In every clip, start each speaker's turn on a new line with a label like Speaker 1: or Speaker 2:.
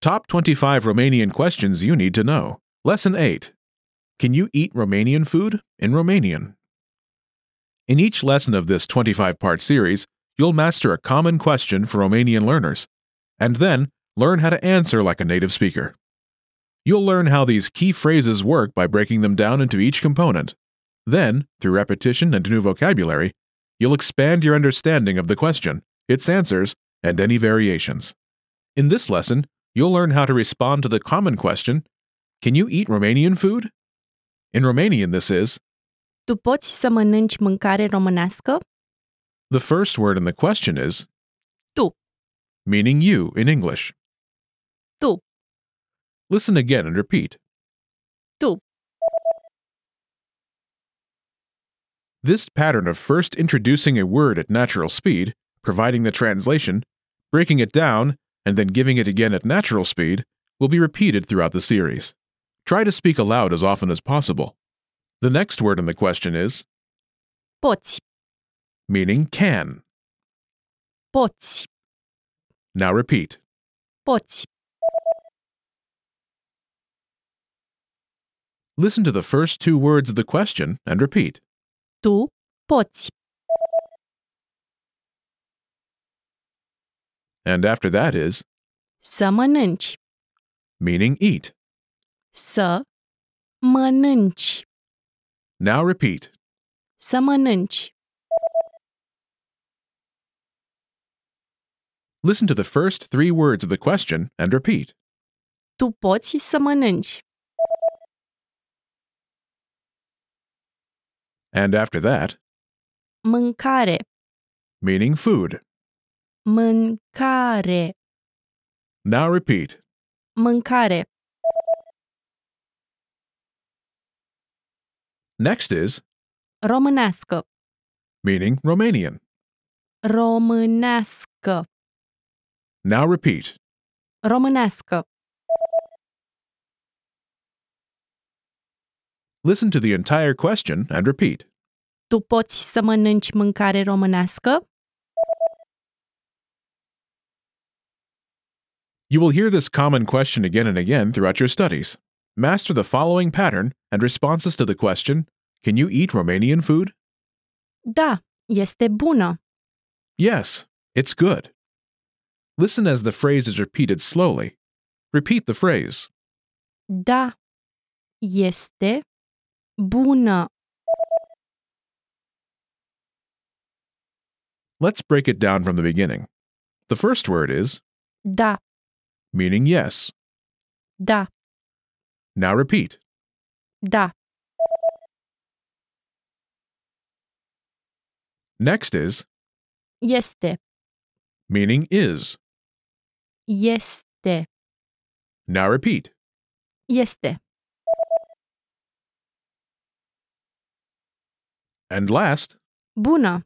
Speaker 1: Top 25 Romanian questions you need to know. Lesson 8 Can you eat Romanian food in Romanian? In each lesson of this 25 part series, you'll master a common question for Romanian learners, and then learn how to answer like a native speaker. You'll learn how these key phrases work by breaking them down into each component. Then, through repetition and new vocabulary, you'll expand your understanding of the question, its answers, and any variations. In this lesson, you'll learn how to respond to the common question Can you eat Romanian food? In Romanian, this is
Speaker 2: Tu poți să mănânci mâncare românească?
Speaker 1: the first word in the question is
Speaker 2: Tu.
Speaker 1: meaning you in English.
Speaker 2: Tu.
Speaker 1: Listen again and repeat.
Speaker 2: Tu.
Speaker 1: This pattern of first introducing a word at natural speed, providing the translation, breaking it down, and then giving it again at natural speed will be repeated throughout the series. Try to speak aloud as often as possible. The next word in the question is
Speaker 2: Poți,
Speaker 1: meaning can.
Speaker 2: poți,
Speaker 1: Now repeat.
Speaker 2: poți.
Speaker 1: Listen to the first two words of the question and repeat.
Speaker 2: Tu poți.
Speaker 1: And after that is
Speaker 2: Să mănânci.
Speaker 1: meaning eat.
Speaker 2: Să mănânci.
Speaker 1: Now repeat.
Speaker 2: Să mănânci.
Speaker 1: Listen to the first three words of the question and repeat.
Speaker 2: Tu poți să mănânci.
Speaker 1: And after that,
Speaker 2: Mâncare,
Speaker 1: meaning food.
Speaker 2: mâncare,
Speaker 1: Now repeat.
Speaker 2: mâncare.
Speaker 1: Next is
Speaker 2: Românească,
Speaker 1: meaning Romanian.
Speaker 2: românească,
Speaker 1: Now repeat.
Speaker 2: românească.
Speaker 1: Listen to the entire question and repeat.
Speaker 2: Tu poți să mănânci mâncare românească?
Speaker 1: You will hear this common question again and again throughout your studies. Master the following pattern and responses to the question Can you eat Romanian food?
Speaker 2: Da, este bună.
Speaker 1: Yes, it's good. Listen as the phrase is repeated slowly. Repeat the phrase.
Speaker 2: Da, este bună.
Speaker 1: Let's break it down from the beginning. The first word is
Speaker 2: Da,
Speaker 1: meaning yes.
Speaker 2: da,
Speaker 1: Now repeat.
Speaker 2: da.
Speaker 1: Next is
Speaker 2: Este,
Speaker 1: meaning is.
Speaker 2: este,
Speaker 1: Now repeat.
Speaker 2: este.
Speaker 1: And last,
Speaker 2: Bună,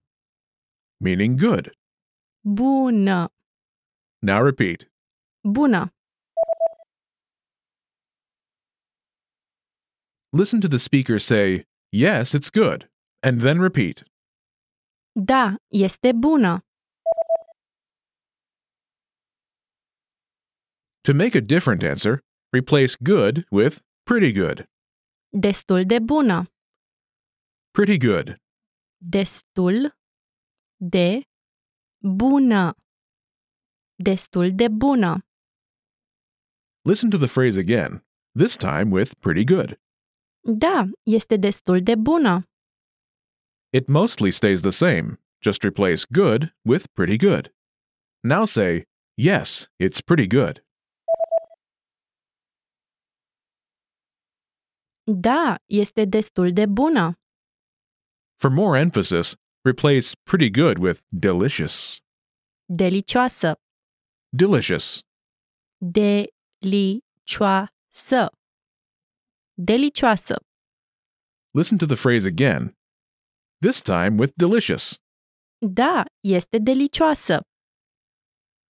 Speaker 1: meaning good.
Speaker 2: bună,
Speaker 1: Now repeat.
Speaker 2: bună.
Speaker 1: Listen to the speaker say, Yes, it's good, and then repeat.
Speaker 2: Da, este bună.
Speaker 1: To make a different answer, replace good with pretty good.
Speaker 2: Destul de bună.
Speaker 1: Pretty good.
Speaker 2: Destul de bună. Destul de bună.
Speaker 1: Listen to the phrase again, this time with pretty good.
Speaker 2: Da, este destul de bună.
Speaker 1: It mostly stays the same. Just replace good with pretty good. Now say, yes, it's pretty good.
Speaker 2: Da, este destul de bună.
Speaker 1: For more emphasis, replace pretty good with delicious.
Speaker 2: Delicioasă.
Speaker 1: Delicious.
Speaker 2: Delicioasă. Delicioasă.
Speaker 1: Listen to the phrase again. This time with delicious.
Speaker 2: Da, este delicioasă.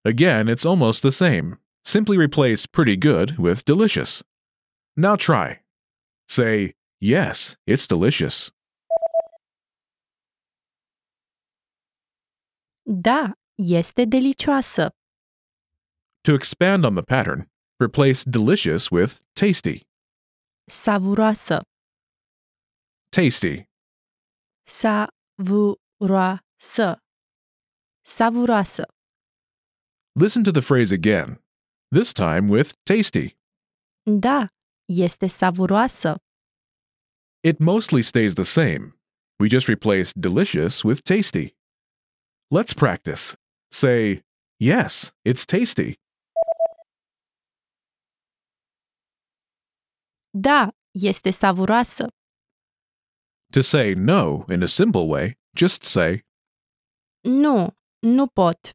Speaker 1: Again, it's almost the same. Simply replace pretty good with delicious. Now try. Say, yes, it's delicious.
Speaker 2: Da, este delicioasă.
Speaker 1: To expand on the pattern, Replace delicious with tasty.
Speaker 2: Savuroasă.
Speaker 1: Tasty.
Speaker 2: Savuroasă. Savuroasă.
Speaker 1: Listen to the phrase again, this time with tasty.
Speaker 2: Da, este savuroasă.
Speaker 1: It mostly stays the same. We just replace delicious with tasty. Let's practice. Say, yes, it's tasty.
Speaker 2: Da, este savuroasă.
Speaker 1: To say no in a simple way, just say,
Speaker 2: Nu, nu pot.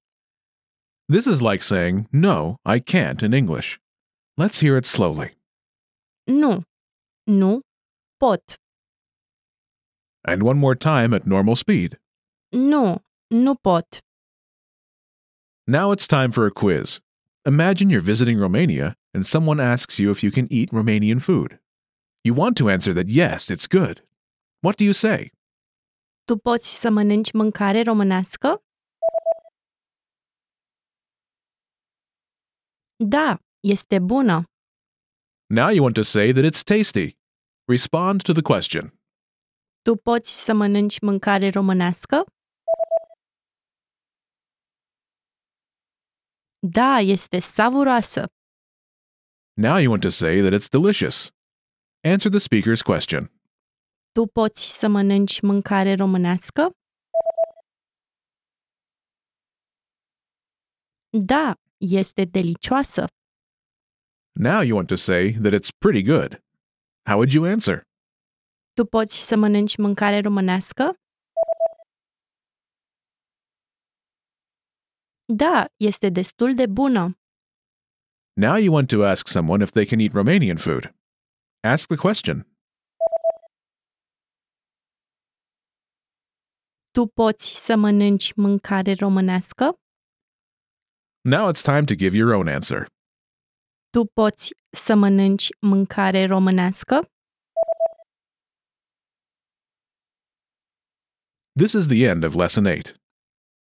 Speaker 1: this is like saying, no, I can't in English. Let's hear it slowly.
Speaker 2: Nu. Nu pot.
Speaker 1: And one more time at normal speed.
Speaker 2: Nu, nu pot.
Speaker 1: Now it's time for a quiz. Imagine you're visiting Romania and someone asks you if you can eat Romanian food. You want to answer that yes, it's good. What do you say?
Speaker 2: Tu poți să mănânci mâncare românească? Da, este bună.
Speaker 1: Now you want to say that it's tasty. Respond to the question.
Speaker 2: Tu poți să mănânci mâncare românească? Da, este savuroasă.
Speaker 1: Now you want to say that it's delicious. Answer the speaker's question.
Speaker 2: Tu poți să mănânci mâncare românească? Da, este delicioasă.
Speaker 1: Now you want to say that it's pretty good. How would you answer?
Speaker 2: Tu poți să mănânci mâncare românească? Da, este destul de bună.
Speaker 1: Now you want to ask someone if they can eat Romanian food. Ask the question.
Speaker 2: Tu poți să mănânci mâncare românească?
Speaker 1: Now it's time to give your own answer.
Speaker 2: Tu poți să mănânci mâncare românească?
Speaker 1: This is the end of Lesson 8.